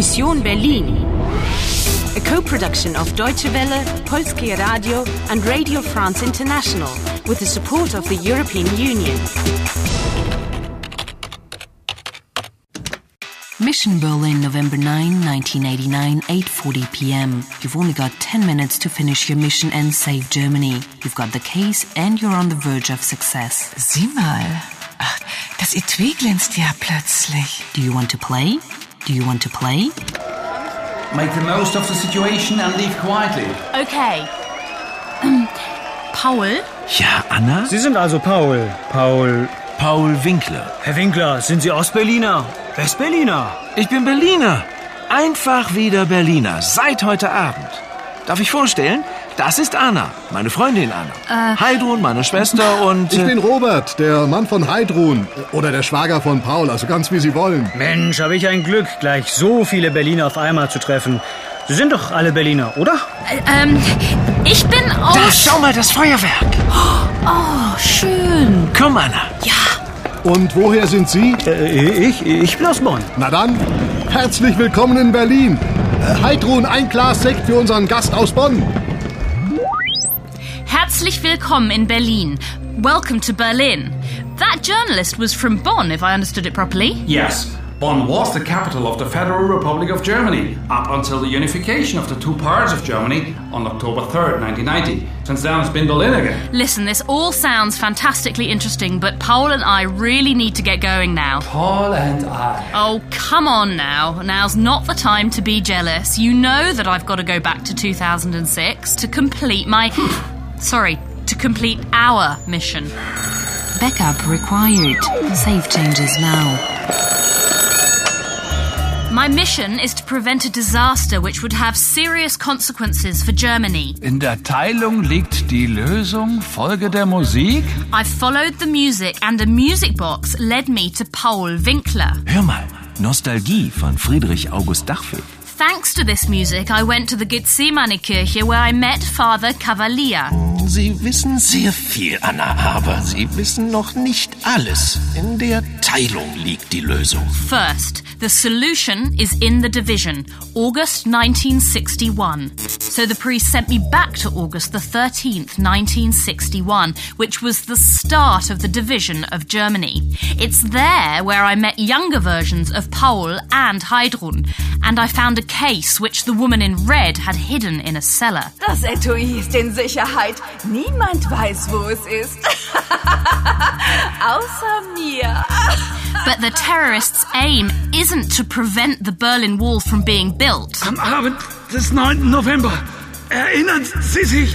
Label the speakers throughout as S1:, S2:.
S1: Mission Berlin. A co-production of Deutsche Welle, Polskie Radio and Radio France International with the support of the European Union.
S2: Mission Berlin, November 9, 1989, 8:40 p.m. You've only got 10 minutes to finish your mission and save Germany. You've got the case and you're on the verge of success.
S3: Sieh mal. Ach, das Etui glänzt ja plötzlich.
S2: Do you want to play? Do you want to play?
S4: Make the most of the situation and leave quietly.
S5: Okay. Ähm, Paul?
S6: Ja, Anna?
S7: Sie sind also Paul. Paul.
S6: Paul Winkler.
S7: Herr Winkler, sind Sie Ostberliner? Westberliner?
S6: Ich bin Berliner. Einfach wieder Berliner. Seit heute Abend. Darf ich vorstellen? Das ist Anna, meine Freundin
S5: Äh.
S6: Anna. Heidrun, meine Schwester und...
S8: Ich
S6: äh,
S8: bin Robert, der Mann von Heidrun. Oder der Schwager von Paul, also ganz wie Sie wollen.
S7: Mensch, habe ich ein Glück, gleich so viele Berliner auf einmal zu treffen. Sie sind doch alle Berliner, oder?
S5: Ä- Ähm, ich bin
S6: da,
S5: aus.
S6: schau mal, das Feuerwerk.
S5: Oh, schön.
S6: Komm, Anna.
S8: Und woher sind Sie?
S7: Äh, ich, ich bin aus Bonn.
S8: Na dann, herzlich willkommen in Berlin. Äh, Heidrun, ein Glas Sekt für unseren Gast aus Bonn.
S5: Herzlich willkommen in Berlin. Welcome to Berlin. That journalist was from Bonn, if I understood it properly.
S4: Yes, Bonn was the capital of the Federal Republic of Germany up until the unification of the two parts of Germany on October 3rd, 1990. Since then, it's been Berlin again.
S5: Listen, this all sounds fantastically interesting, but Paul and I really need to get going now.
S4: Paul and I.
S5: Oh, come on now. Now's not the time to be jealous. You know that I've got to go back to 2006 to complete my. sorry, to complete our mission.
S2: Backup required. Save changes now.
S5: My mission is to prevent a disaster which would have serious consequences for Germany.
S9: In der Teilung liegt die Lösung. Folge der Musik.
S5: I followed the music, and a music box led me to Paul Winkler.
S6: Hör mal. Nostalgie von Friedrich August Dachfeld.
S5: Thanks to this music, I went to the Gethsemane Kirche where I met Father Cavalier.
S10: Sie wissen sehr viel, Anna, aber Sie wissen noch nicht alles. In der Teilung liegt die Lösung.
S5: First, the solution is in the division, August 1961. So the priest sent me back to August the 13th, 1961, which was the start of the division of Germany. It's there where I met younger versions of Paul and Heidrun, and I found a case which the woman in red had hidden in a cellar.
S11: Das Etui ist in Sicherheit. Niemand weiß, wo es ist. Außer mir.
S5: But the terrorists' aim isn't to prevent the Berlin Wall from being built.
S9: Am Abend des 9. November. Erinnern Sie sich?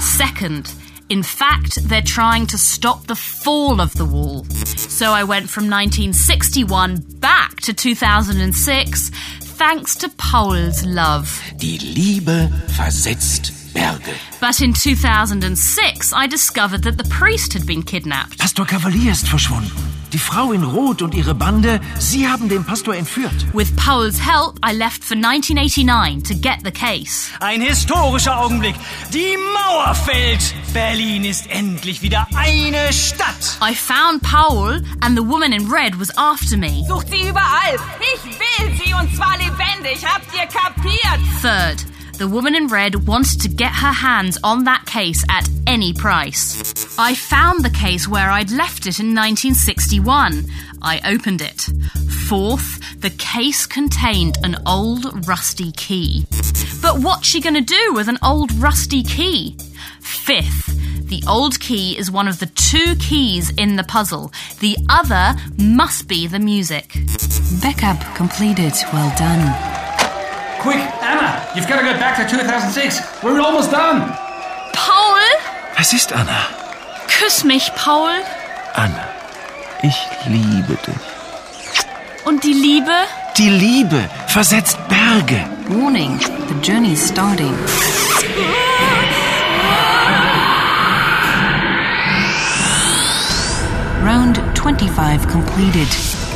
S5: Second, in fact, they're trying to stop the fall of the wall. So I went from 1961 back to 2006, thanks to Paul's love.
S10: Die Liebe versetzt Berge.
S5: But in 2006, I discovered that the priest had been kidnapped.
S6: Pastor Cavalier ist verschwunden. Die Frau in Rot und ihre Bande, sie haben den Pastor entführt.
S5: With Paul's help, I left for 1989 to get the case.
S7: Ein historischer Augenblick. Die Mauer fällt. Berlin ist endlich wieder eine Stadt.
S5: I found Paul, and the woman in red was after me.
S11: Sucht sie überall. Ich will sie und zwar lebendig. Habt ihr kapiert?
S5: Third, the woman in red wanted to get her hands on that case at any price. I found the case where I'd left it in 1961. I opened it. Fourth, the case contained an old rusty key. But what's she going to do with an old rusty key? Fifth, the old key is one of the two keys in the puzzle. The other must be the music.
S2: Backup completed. Well done.
S4: Quick, Anna, you've got to get back to 2006. We're almost done.
S5: Paul?
S6: Was ist, Anna?
S5: Küss mich, Paul.
S6: Anna, ich liebe dich.
S5: Und die Liebe?
S6: Die Liebe versetzt Berge.
S2: Warning. The journey is starting. Round 25 completed.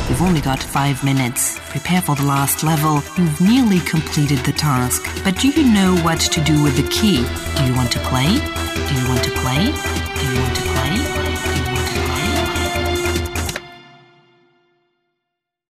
S2: You've only got five minutes. Prepare for the last level. You've nearly completed the task. But do you know what to do with the key? Do you want to play? Do you want to play? Do you want to play?